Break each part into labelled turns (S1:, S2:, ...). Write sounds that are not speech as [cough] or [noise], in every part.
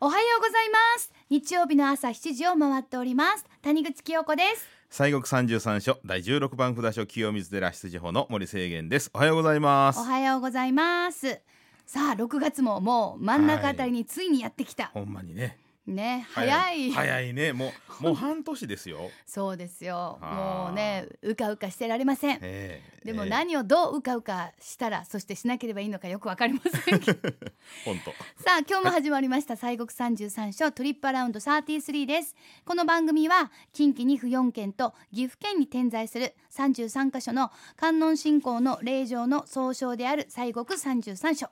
S1: おはようございます日曜日の朝7時を回っております谷口清子です
S2: 西国三十三所第十六番札所清水寺出自法の森清源ですおはようございます
S1: おはようございますさあ6月ももう真ん中あたりについにやってきた、
S2: ほんまにね
S1: ね早い
S2: 早いねも
S1: [laughs]
S2: うもう半年ですよ、
S1: そうですよ
S2: あー
S1: もうねうかうかしてられません
S2: ええ
S1: でも
S2: ええ
S1: 何をどううかうかしたらそしてしなければいいのかよくわかりませんけど
S2: ほんと
S1: さあ今日も始まりました西国三十三所トリップアラウンド33ですこの番組は近畿2府4県と岐阜県に点在する33カ所の観音信仰の霊場の総称である西国三十三所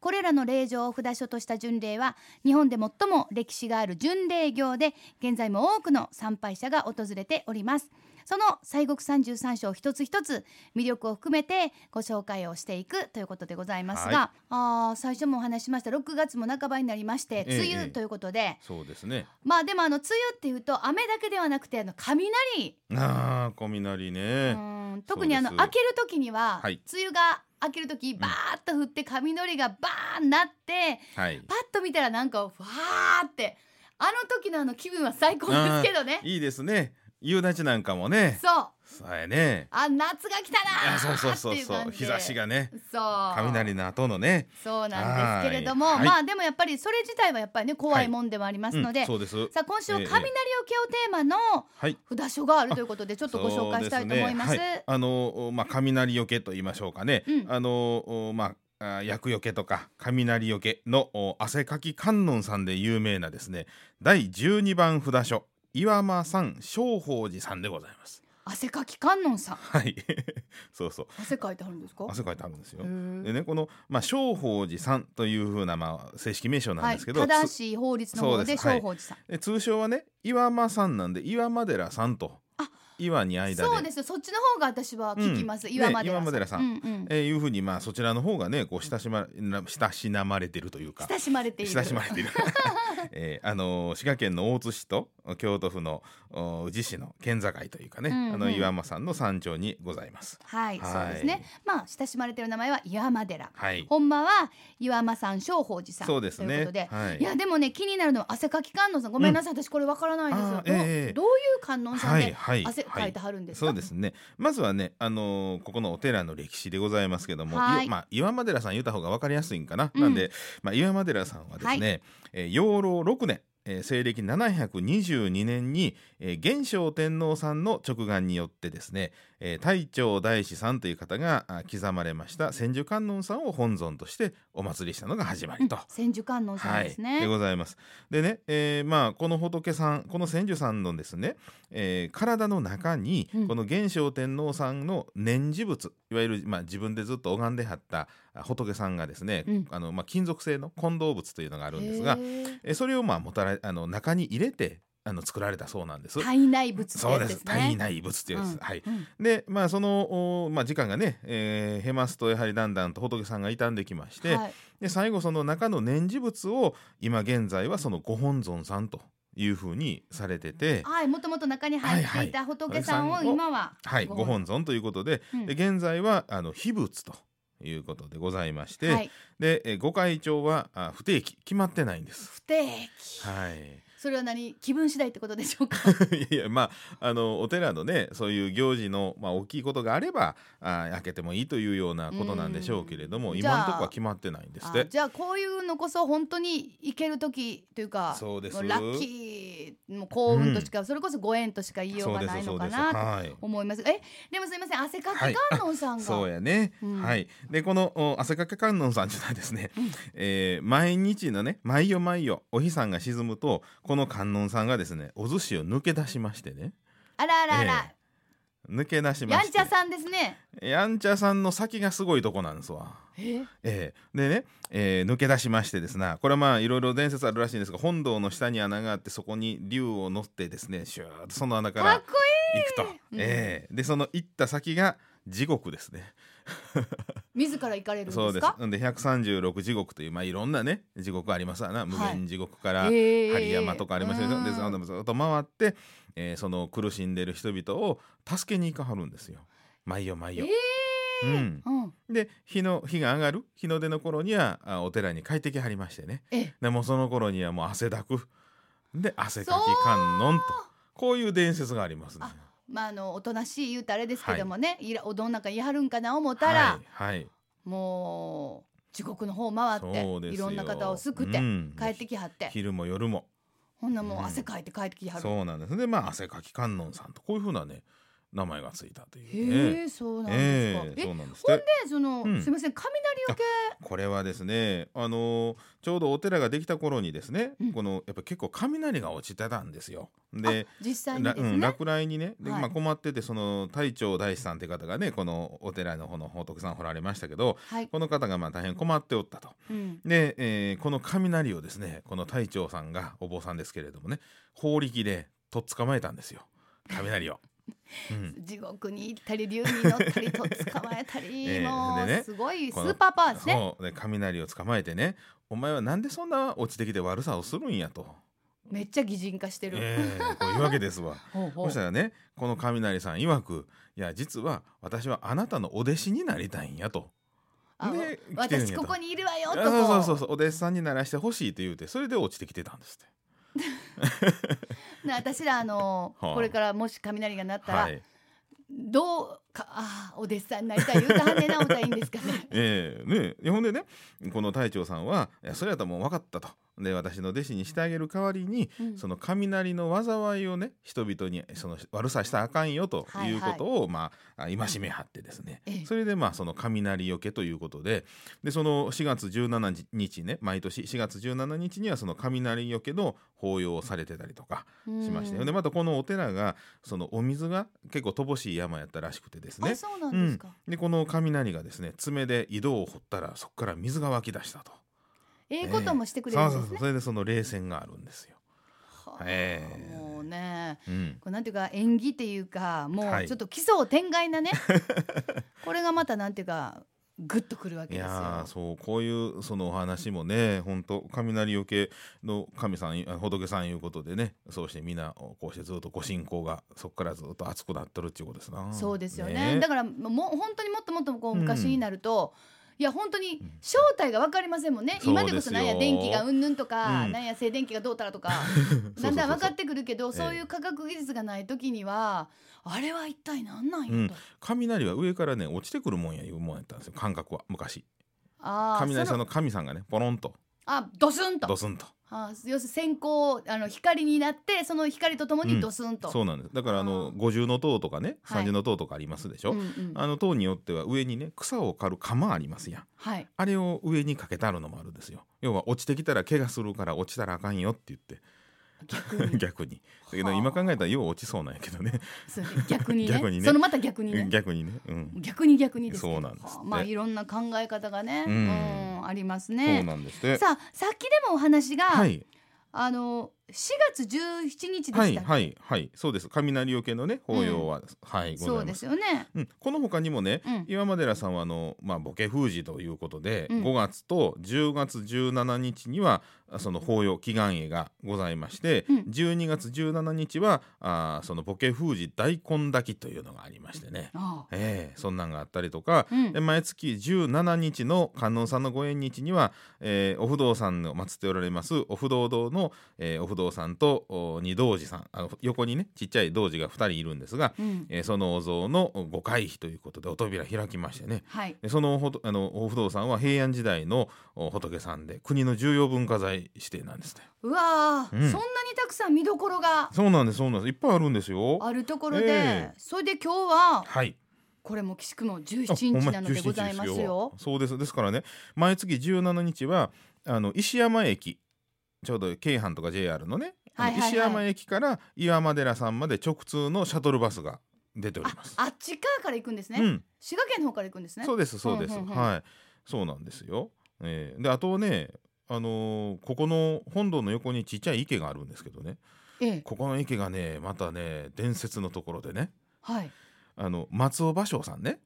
S1: これらの霊場を札所とした巡礼は日本で最も歴史がある巡礼業で現在も多くの参拝者が訪れておりますその西国三十三所を一つ一つ魅力を含めてご紹介をしていくということでございますが、
S2: はい
S1: あー最初もお話ししました6月も半ばになりまして
S2: ええ
S1: 梅
S2: え
S1: 雨
S2: え
S1: ということで、
S2: そうですね
S1: まあでもあの梅雨っていうと雨だけではなくてあの雷、
S2: なあ雷ね、
S1: うん特にあの
S2: そうで
S1: 開
S2: す
S1: ける時には、
S2: はい
S1: 梅雨が開ける時バーッと降って雷がバーンなって、
S2: はい
S1: パッと見たらなんかわーってあの時のあの気分は最高ですけどね。
S2: いいですね夕立なんかもね
S1: そう
S2: さえね
S1: あ夏が来た
S2: あ
S1: な
S2: そうそう
S1: ーっ
S2: そう
S1: ていう
S2: そ
S1: 感
S2: う
S1: じ
S2: 日差しがね
S1: そう
S2: 雷の後のね
S1: そうなんですけれども、
S2: はい
S1: まあでもやっぱりそれ自体はやっぱりね怖いもんではありますので、
S2: うんそうです
S1: さあ今週は
S2: ええ
S1: 雷よけをテーマの
S2: はい
S1: 札所があるということでちょっとご紹介したいと思います。
S2: そうでねはい、あのおまあ雷よけと言いましょうかね、
S1: うん
S2: あのおまああ厄よけとか雷よけのお汗かき観音さんで有名なですね第12番札所岩間さん正法寺さんでございます。
S1: 汗かき観音さん、
S2: はい、 [laughs] そうそう
S1: 汗かいてあるんですか？
S2: 汗かいてあるんですよ
S1: へ。ー
S2: でねこのまあ正法寺さんというふうなまあ正式名称なん
S1: は
S2: で
S1: い、
S2: すけど、
S1: 正
S2: つ
S1: しい法律の方で
S2: そうですは
S1: 正
S2: い
S1: 法寺さん。
S2: え通称はね岩間さんなんで岩間寺さんと
S1: あ
S2: 岩に間で
S1: そうですよ。そっちの方が私は聞きます。
S2: うん
S1: 岩間寺さん。
S2: ね岩間寺さん
S1: うんうん。
S2: えー、いうふうにまあそちらの方がねこう親しま親しなまれてるというか
S1: 親しまれている。
S2: 親しまれている、 [laughs] えーあのー滋賀県の大津市と京都府のお宇治市の県境というかね、
S1: うんうん
S2: あの岩間山の山頂にございます。
S1: はい、
S2: はい
S1: そうですね。まあ親しまれている名前は岩間寺。
S2: はい、
S1: 本間は岩間さん、正法寺さん。
S2: そうです
S1: というこ
S2: ね
S1: とで。。
S2: はい
S1: やでもね気になるのは汗かき観音さんごめんなさい、私これわからないですよど
S2: あ
S1: う,、
S2: ーええ
S1: どういう観音さん
S2: はい
S1: で
S2: はい
S1: 汗かいて
S2: は
S1: はるんですか、
S2: そうですねまずはね、あのーここのお寺の歴史でございますけども、
S1: はい
S2: いまあ、岩間寺さん言った方が分かりやすいんかな、
S1: うん
S2: なんで、まあ、岩間寺さんはですね、えー養老6年、えー西暦722年に、えー元正天皇さんの直眼によってですね、えー太長大師さんという方があ刻まれました千手観音さんを本尊としてお祭りしたのが始まりと。
S1: 千手観音さんです
S2: はい、
S1: ね、
S2: でございます。でね、えーまあこの仏さん、この千手さんのですね、えー体の中に、
S1: うん
S2: この元正天皇さんの念持仏、いわゆるまあ自分でずっと拝んではったあ仏さんがですね、
S1: うん
S2: あのまあ金属製の混動物というのがあるんですが
S1: へ、ー
S2: えーそれをまあもたらあの中に入れてあの作られたそうなんです。
S1: 体内物って
S2: そ
S1: やつ
S2: うで
S1: ですす。ね
S2: 体内仏というやつ、
S1: うん
S2: はい。
S1: うん
S2: でまあそのおまあ時間がね、えー、減ますとやはりだんだんと仏さんが傷んできまして、
S1: はい
S2: で最後その中の念持仏を今現在はそのご本尊さんというふうにされてて、
S1: はい、もともと中に入っていた仏さんを
S2: はいはい
S1: 今は、
S2: はい、ご本尊ということで,、
S1: うん
S2: で現在はあの秘仏ということでございまして、
S1: はい、
S2: でえご会長はあ不定期決まってないんです。
S1: 不定期、
S2: はい [laughs]
S1: それは何気分次第ってことでしょうか
S2: いやいやまああのお寺のねそういう行事の、まあ、大きいことがあればあ開けてもいいというようなことなんでしょうけれども
S1: うん
S2: 今のところは決まってないんですっ
S1: あ
S2: て。
S1: じゃあこういうのこそ本当に行ける時というか
S2: そうです
S1: もラッキーもう幸運としか、それこそご縁としか言いようがないのかなと
S2: はい
S1: 思います。え、でもすみません、汗かき
S2: はい
S1: 観音さんが。
S2: そうやね、
S1: うん
S2: はいでこのお汗かけ観音さんというのはですね、
S1: うん
S2: えー毎日のね毎夜毎夜お日さんが沈むとこの観音さんがですねお寿司を抜け出しましてね
S1: あらあらあら、
S2: 抜け出しま
S1: や
S2: し
S1: ん
S2: て
S1: ちゃさんですね。
S2: やんちゃさんの先がすごいとこなんですわ。
S1: え、
S2: ええでね、えー抜け出しましてですなこれはまあいろいろ伝説あるらしいんですが本堂の下に穴があってそこに竜を乗ってですねシューッとその穴か
S1: からっこ
S2: 行くと、
S1: うん
S2: ええでその行った先が地獄ですね。
S1: いい。自ら行かれるんですか。
S2: そうです。んで136地獄というまあいろんなね地獄ありますわな無限地獄から、
S1: ええ
S2: 針山とかありますよね、
S1: うん
S2: でそのずっと回って、えーその苦しんでる人々を助けに行かはるんですよ毎夜毎
S1: え
S2: 夜、
S1: え
S2: うん、
S1: うん、
S2: で日の日が上がる日の出の頃にはあお寺に帰ってきはりましてね
S1: え
S2: でもうその頃にはもう汗だくで汗かき
S1: そう
S2: 観音とこういう伝説がありますね。
S1: あまああのおとなしい言うたらあれですけどもね、い、らおどんなんか言いはるんかな思ったら、
S2: はい、はい、
S1: もう地獄の方回
S2: そう
S1: って
S2: ですよ
S1: いろんな方を救って
S2: うん
S1: 帰ってきはって、
S2: 昼も夜も
S1: ほんなも
S2: う
S1: うん汗かいて帰ってきはる、
S2: そうなんですねまあ汗かき観音さんとこういうふうなね名前がついたというね。
S1: へえそうなんですか、
S2: ええ
S1: え
S2: そうなんです
S1: ほん
S2: で
S1: でその、
S2: うん
S1: すみません雷よけ
S2: これはですね、あのーちょうどお寺ができた頃にですね、
S1: うん
S2: このやっぱ結構雷が落ちてたんですよ。で
S1: あ実際に
S2: ら
S1: です
S2: うん、
S1: ね、
S2: 落雷にねで、
S1: はい
S2: まあ、困っててその隊長大師さんという方がねこのお寺の方の仏さん掘られましたけど
S1: はい、
S2: この方がまあ大変困っておったと。
S1: うん、
S2: で、えーこの雷をですねこの隊長さんがお坊さんですけれどもね法力でとっ捕まえたんですよ
S1: [laughs]
S2: 雷を。うん
S1: 地獄に行ったり竜に乗ったりと捕まえたり、
S2: [laughs] ええ
S1: もう、
S2: でね
S1: すごいス
S2: この
S1: ーパーパワーですね
S2: そうで雷を捕まえてね「お前はなんでそんな落ちてきて悪さをするんや」と、
S1: めっちゃ擬人化してる、
S2: ええこういうわけですわ。
S1: ほ [laughs] うほ
S2: そうしたらねこの雷さん曰く「いや実は私はあなたのお弟子になりたいんや」と。
S1: あ
S2: で来てるんや
S1: 私
S2: と
S1: ここにいるわよ
S2: あ
S1: と
S2: そうそうそう
S1: こ
S2: そうお弟子さんにならしてほしいと言うてそれで落ちてきてたんですっ
S1: うな私らあの、
S2: はあ。
S1: これからもし雷が鳴ってたら、
S2: い
S1: どうかあーお弟子さんになりたい言うたはんねんなおたいいんですか
S2: [laughs]
S1: ね
S2: ええねえほんでねこの隊長さんは「いやそれやったらもう分かった」と。で私の弟子にしてあげる代わりに、
S1: うん
S2: その雷の災いをね人々にその悪さしたらあかんよと
S1: はいはい
S2: いうことを、まああ戒め張ってですね、
S1: ええ
S2: それでまあその雷よけということででその4月17日ね毎年4月17日にはその雷よけの法要をされてたりとかしましたよ、
S1: うん
S2: でまたこのお寺がそのお水が結構乏しい山やったらしくてですね
S1: あそうなんですか、
S2: でこの雷がですね爪で井戸を掘ったらそこから水が湧き出したと。
S1: ええこともしてくれる
S2: そ
S1: んで
S2: うそう
S1: す
S2: そう
S1: ね、
S2: それでその冷戦があるんですよ。
S1: はあ
S2: ええ
S1: もうね
S2: うん、
S1: こうなんていうか演技っていうかも
S2: は
S1: う
S2: い
S1: ちょっと奇想天外なね、これがまたなんていうかグッとくるわけ
S2: い
S1: ですよ
S2: やーそうこういうそのお話もね本当雷よけの神さんあ仏さんいうことでねそうしてみんなこうしてずっとご信仰がそこからずっと熱くなってるっていうことですな。
S1: そうですよねだ
S2: か
S1: からもう本当にもっともっとこう昔になると、いや本当に正体が分かりませんもんね、
S2: そう
S1: 今でこそなんや
S2: ですよ
S1: 電気がうんぬんとか、
S2: うん
S1: なんや静電気がどうたらと
S2: [laughs]
S1: か [laughs] だんだん分かってくるけどそういう科学技術がない時には、あれは一体何なんやと、
S2: うん雷は上からね落ちてくるもんやいうもんやったんですよ感覚は昔
S1: ああ
S2: 雷さん
S1: の
S2: の神さんがねポロンと
S1: あドスンと
S2: ドスンと
S1: あー要するに線香あの光になってその光とともにドスンと、
S2: そうなんですだからあ
S1: あ
S2: の
S1: ー
S2: 五重の塔とかね
S1: はい
S2: 三重の塔とかありますでしょ、
S1: うんうん
S2: あの塔によっては上にね草を刈る釜ありますやん
S1: はい
S2: あれを上にかけてあるのもあるんですよ要は落ちてきたら怪我するから落ちたらあかんよって言って
S1: 逆に
S2: [laughs] 逆にだけど
S1: はあ
S2: 今考えたらよう落ちそうなんやけどね
S1: そう逆にね
S2: 逆にね
S1: そのまた逆にね
S2: [laughs] 逆にねうん、
S1: 逆に逆にですけど
S2: そうなんですって
S1: まあいろんな考え方がね、う
S2: うんん
S1: あります
S2: そう
S1: ね。
S2: なんですね
S1: さあさっきでもお話が、
S2: はい
S1: あの4月17日でしたっけ、
S2: はいはいはいそうです雷よけのね法要は、はいござい
S1: そ
S2: ま
S1: う
S2: す
S1: ですよね。
S2: うん、この他にもね、
S1: うん
S2: 岩間寺さんはあの、まあ、ボケ封じということで、
S1: うん
S2: 5月と10月17日にはあその法要祈願会がございまして、
S1: うん
S2: 12月17日はあーそのボケ封じ大根炊きというのがありましてね、
S1: ああ
S2: ええそんなんがあったりとか、
S1: うん
S2: で毎月17日の観音さんのご縁日には、えーお不動産を祀っておられますお不動堂の、えーお不動産とお二道寺さんあの横にねちっちゃい道寺が2人いるんですが、
S1: うん、
S2: えーそのお像のご回避ということでお扉開きましてね
S1: はい。
S2: でそのほとあのお不動産は平安時代のお仏さんで国の重要文化財指定なんですね
S1: うわー、
S2: うん
S1: そんなにたくさん見どころが
S2: そうなんですそうなんですいっぱいあるんですよ
S1: あるところで、
S2: ええ
S1: それで今日は
S2: はい
S1: これも岸くも
S2: あ
S1: 17
S2: ほん
S1: 日
S2: ま
S1: なので
S2: 17
S1: ございます
S2: です
S1: よ。
S2: そうですですからね毎月17日はあの石山駅ちょうど京阪とか JR のね、あ
S1: は
S2: の
S1: いはいはい
S2: 石山駅から岩間寺さんまで直通のシャトルバスが出ており
S1: あ
S2: ます
S1: あっち側から行くんですね、
S2: うん
S1: 滋賀県の方から行くんですね。
S2: そうですそうです、
S1: うんうんうん
S2: はいそうなんですよ、えーであとねあのーここの本堂の横にちっちゃい池があるんですけどね
S1: ええ、
S2: ここの池がねまたね伝説のところでね
S1: はい。
S2: あの松尾芭蕉さんね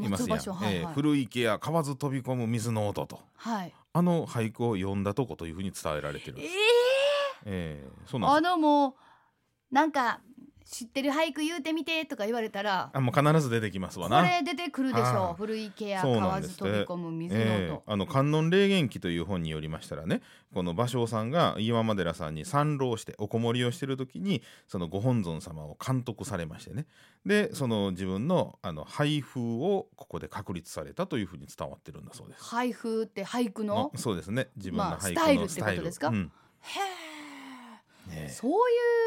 S2: います
S1: 松尾芭蕉
S2: やん、
S1: はい
S2: え
S1: は
S2: ー
S1: い。
S2: 古い池や川ず飛び込む水の音と
S1: はい。
S2: あの俳句を読んだとこというふうに伝えられてるん
S1: え
S2: です、
S1: え
S2: えーそうなん
S1: あ
S2: で
S1: のもうなんか知ってる俳句言うてみてとか言われたら
S2: あもう必ず出てきますわ
S1: こ
S2: な。
S1: れ出てくるでし
S2: は
S1: ょ
S2: いう
S1: 古池や
S2: そう
S1: 買
S2: な
S1: わ
S2: んです
S1: ず
S2: って
S1: 飛び込む水の音、
S2: ええあの観音霊言記という本によりましたらねこの芭蕉さんが岩間寺さんに参籠しておこもりをしてる時にそのご本尊様を監督されましてねでその自分のあの配布をここで確立されたというふうに伝わってるんだそうです。
S1: 俳句って俳句の
S2: あそうですね自分の
S1: まあ
S2: 俳
S1: スタイ
S2: 句
S1: ルっ
S2: の
S1: て
S2: スタイ
S1: こと
S2: ル
S1: ですか
S2: うん
S1: へえ
S2: ね
S1: そうい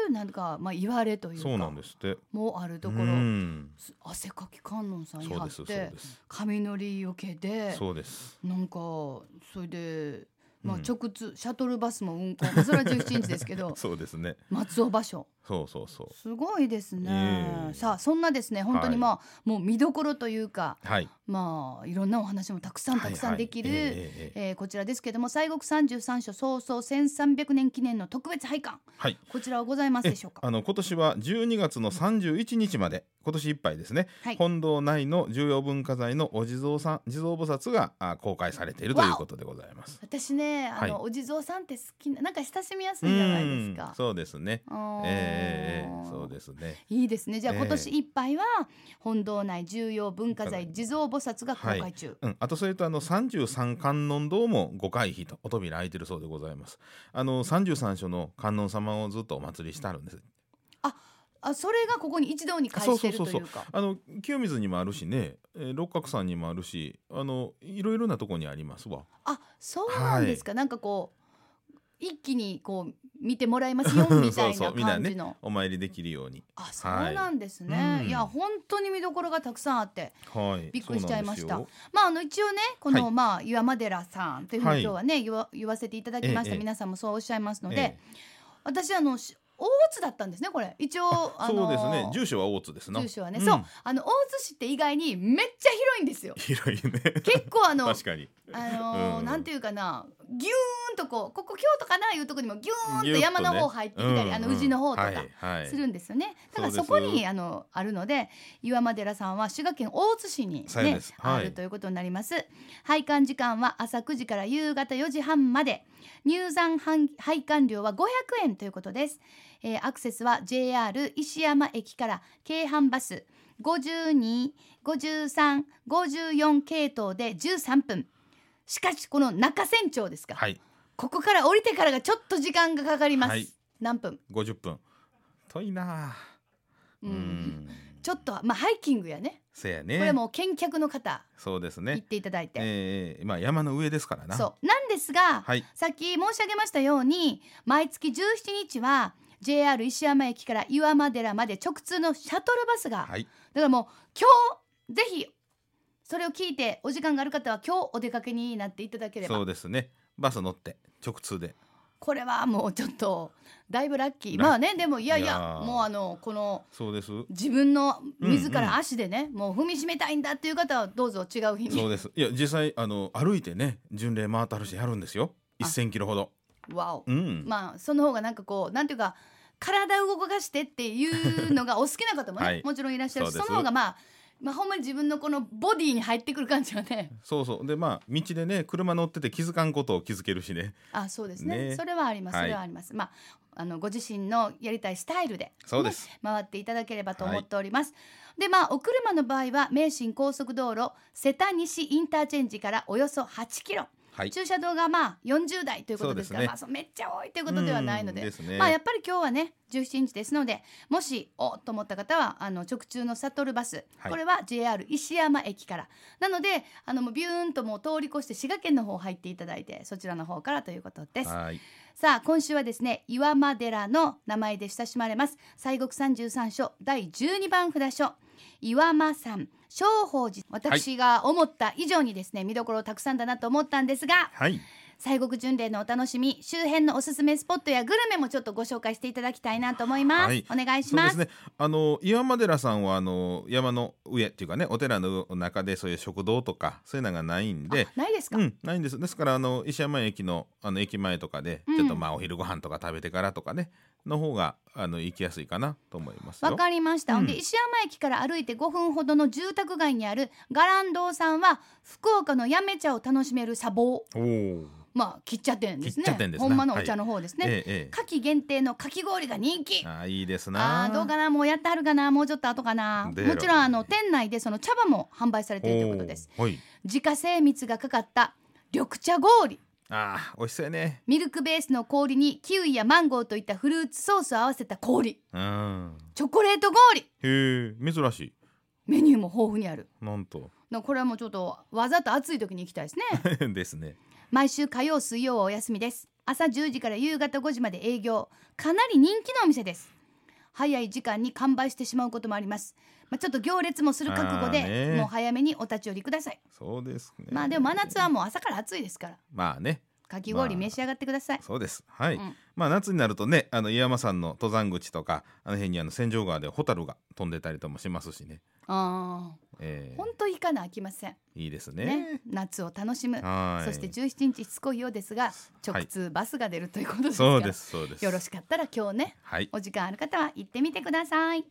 S1: うなんかまあ言われとい
S2: え
S1: う
S2: そうな
S1: か
S2: んですって。
S1: もうあるとこ
S2: う
S1: ろ
S2: ん
S1: す汗かき観音さんに
S2: そう
S1: 貼
S2: で
S1: っ
S2: すそうで
S1: て
S2: す
S1: 髪のりよけで
S2: そうです。
S1: なんかそれで、まあ、
S2: うん
S1: 直通、シャトルバスも運行、まあそれは17日ですけ
S2: [laughs]
S1: ど
S2: そうですね。
S1: 松尾場所
S2: そうそうそ
S1: すごいですね、
S2: ええ
S1: さあそんなですね本当にまあ、もう見どころというか
S2: う。はい。
S1: まあいろんなお話もたくさんたくさんできる、
S2: はいはいええええ
S1: えーこちらですけども西国三十三所早々1300年記念の特別拝観
S2: はい。
S1: こちらはございますでしょうか
S2: あの今年は12月の31日まで今年いっぱいですね、
S1: はい
S2: 本堂内の重要文化財のお地蔵さん地蔵菩薩があ公開されているということでございます。
S1: 私ねあの、
S2: はい
S1: お地蔵さんって好きななんか親しみやす
S2: う
S1: いじゃないです
S2: ん
S1: か、
S2: そうですね。
S1: あー
S2: ええええええそうですね。
S1: いいですねじゃあ
S2: ええ
S1: 今年いっぱいは本堂内重要文化
S2: は
S1: 財
S2: い
S1: 地蔵菩薩が公開中、
S2: うん、あとそれとあの33観音堂もご回避とお扉開いてるそうでございます。あの33所の観音様をずっとお祭りしてあるんです。
S1: あそれがここに一堂に会してるというか
S2: そうそうあの清水にもあるしね、えー六角さんにもあるし、あのいろいろなとこにありますわ。
S1: あそうなんですか、なんかこう一気にこう見てもらいますよみたい
S2: [laughs] そ
S1: な
S2: うそうみんな
S1: 感
S2: ね
S1: じの
S2: お参りできるように。
S1: あそうなんですね、
S2: はい
S1: い、
S2: うん
S1: や本当に見どころがたくさんあって
S2: はい。
S1: びっくりしちゃいました
S2: そうなんですよ
S1: まああの一応ねこの、
S2: はい
S1: まあ岩間寺さんというふう
S2: は
S1: に
S2: い
S1: 今日はね、言わ言わせていただきました、
S2: ええ
S1: 皆さんもそうおっしゃいますので、
S2: ええ
S1: 私あのし大津だったんですねこれ一応あ
S2: そ
S1: の
S2: うですね。住所は大津ですな。
S1: 住所はね、
S2: ん
S1: そう。あの大津市って意外にめっちゃ広いんですよ
S2: 広いね。
S1: 結構あの
S2: 確かに。
S1: あのー
S2: うん
S1: なんていうかなギューンとこうここ京都かないうとこにもギューン
S2: ぎゅ
S1: と
S2: っ
S1: 山の
S2: ね
S1: 方入ってきたり、あの宇治の方と
S2: うんうん
S1: か
S2: はいはい
S1: するんですよね、だから
S2: そ
S1: そう
S2: です
S1: こにあのあるので岩間寺さんは滋賀県大津市に、ね
S2: そうですはい
S1: あるということになります拝観時間は朝9時から夕方4時半まで入山拝拝観料は500円ということです、えーアクセスは JR 石山駅から京阪バス525354系統で13分しかしこの中山町ですか、
S2: はい。
S1: ここから降りてからがちょっと時間がかかります、
S2: はい
S1: 何分
S2: 五十分。遠いなあ。
S1: うん
S2: うん
S1: ちょっとまあハイキングやね。
S2: せや
S1: こ
S2: ね。
S1: れもう見客の方
S2: そうです
S1: 行っ
S2: ね。
S1: ていただいて。
S2: ええまあ山の上ですからな。
S1: そうなんですが、
S2: はい。
S1: さっき申し上げましたように毎月17日は JR 石山駅から岩間寺まで直通のシャトルバスが、
S2: はい。
S1: だからもう今日ぜひそれを聞いてお時間がある方は今日お出かけになっていただけれ
S2: そ
S1: ば
S2: うですね。バス乗って直通で。
S1: これはもうちょっとだいぶラッキー
S2: ラッキー
S1: まあねでもいやいや
S2: いやー
S1: もうあのこの
S2: そうです。
S1: 自分の自
S2: うんう
S1: ら
S2: ん
S1: 足でね、もう踏みしめたいんだっていう方はどうぞ違う日に
S2: そうです。いや実際あの歩いてね巡礼回ったるしやるんですよ。
S1: あ
S2: 一千キロほど。
S1: わお
S2: うん。
S1: まあその方がなんかこうなんていうか体を動かしてっていうのがお好きな方もね、
S2: はい
S1: もちろんいらっしゃるし
S2: そ
S1: そう
S2: です
S1: の方がまあまあほんまに自分のこのボディに入ってくる感じがね
S2: そうそうでまあ道でね車乗ってて気づかんことを気づけるし
S1: [laughs]
S2: ね
S1: あそうですね
S2: ね
S1: それはあります、
S2: はい
S1: それはありますまああのご自身のやりたいスタイルで、
S2: そうです
S1: 回っていただければと思っております、でまあお車の場合は名神高速道路瀬田西インターチェンジからおよそ8キロ
S2: はい
S1: 駐車場がまあ40台ということですから
S2: そうですね
S1: まあ、そうめっちゃ多いということではないので
S2: うんですね
S1: まあ、やっぱり今日はね17日ですのでもしおっと思った方はあの直通のサトルバス、
S2: はい
S1: これは JR 石山駅からなのであのもうビューンともう通り越して滋賀県の方入っていただいてそちらの方からということです。
S2: はい
S1: さあ今週はですね岩間寺の名前で親しまれます西国三十三所第12番札所岩間さん正法寺私が思った以上にですね、見どころたくさんだなと思ったんですが
S2: はい
S1: 西国巡礼のお楽しみ周辺のおすすめスポットやグルメもちょっとご紹介していただきたいなと思います、
S2: はい
S1: お願いし
S2: そう
S1: ま
S2: ですすねあの岩間寺さんはあの山の上っていうかねお寺の中でそういう食堂とかそういうのがないんで
S1: あないですか、
S2: うん、ないんですですからあの石山駅のあの駅前とかで、
S1: うん
S2: ちょっとまあお昼ご飯とか食べてからとかねの方があの行きやすいかなと思いますよ
S1: わかりました、
S2: うん
S1: ほんで石山駅から歩いて5分ほどの住宅街にあるガランドウさんは福岡のやめ茶を楽しめる茶房
S2: おお
S1: まあ喫茶店ですね
S2: 喫茶店ですね
S1: ほんまのお茶の方ですね、
S2: えええ
S1: 夏季限定のかき氷が人気
S2: え、あーいいですな
S1: あーどうかなもうやってはるかなもうちょっと後かな
S2: 出ろ
S1: もちろんあの店内でその茶葉も販売されているということです
S2: おーはい
S1: 自家製蜜がかかった緑茶氷
S2: あー美味しそうやね
S1: ミルクベースの氷にキウイやマンゴーといったフルーツソースを合わせた氷
S2: うん
S1: チョコレート氷
S2: へえ珍し
S1: メニューも豊富にある
S2: いなんと [laughs]
S1: なこれはもうちょっとわざと暑い時に行きたいですね
S2: ですね
S1: 毎週火曜水曜はお休みです朝10時から夕方5時まで営業かなり人気のお店です早い時間に完売してしまうこともありますまあ、ちょっと行列もする覚悟
S2: あー
S1: で
S2: ね
S1: もう早めにお立ち寄りください
S2: そうですね
S1: まあでも真夏はもう朝から暑いですから
S2: まあね
S1: かき氷
S2: まあ
S1: 召し上がってください、
S2: そうですはい、
S1: うん
S2: まあ夏になるとねあの岩間山の登山口とかあの辺にあの千条川でホタルが飛んでたりともしますしね、
S1: あ
S2: え
S1: あ
S2: ー
S1: 本当いかなあきません
S2: いいですね
S1: ね夏を楽しむ
S2: はい
S1: そして17日しつこいようですが直通バスが出るということですから、
S2: そうですそうです
S1: よろしかったら今日ね
S2: はい
S1: お時間ある方は行ってみてください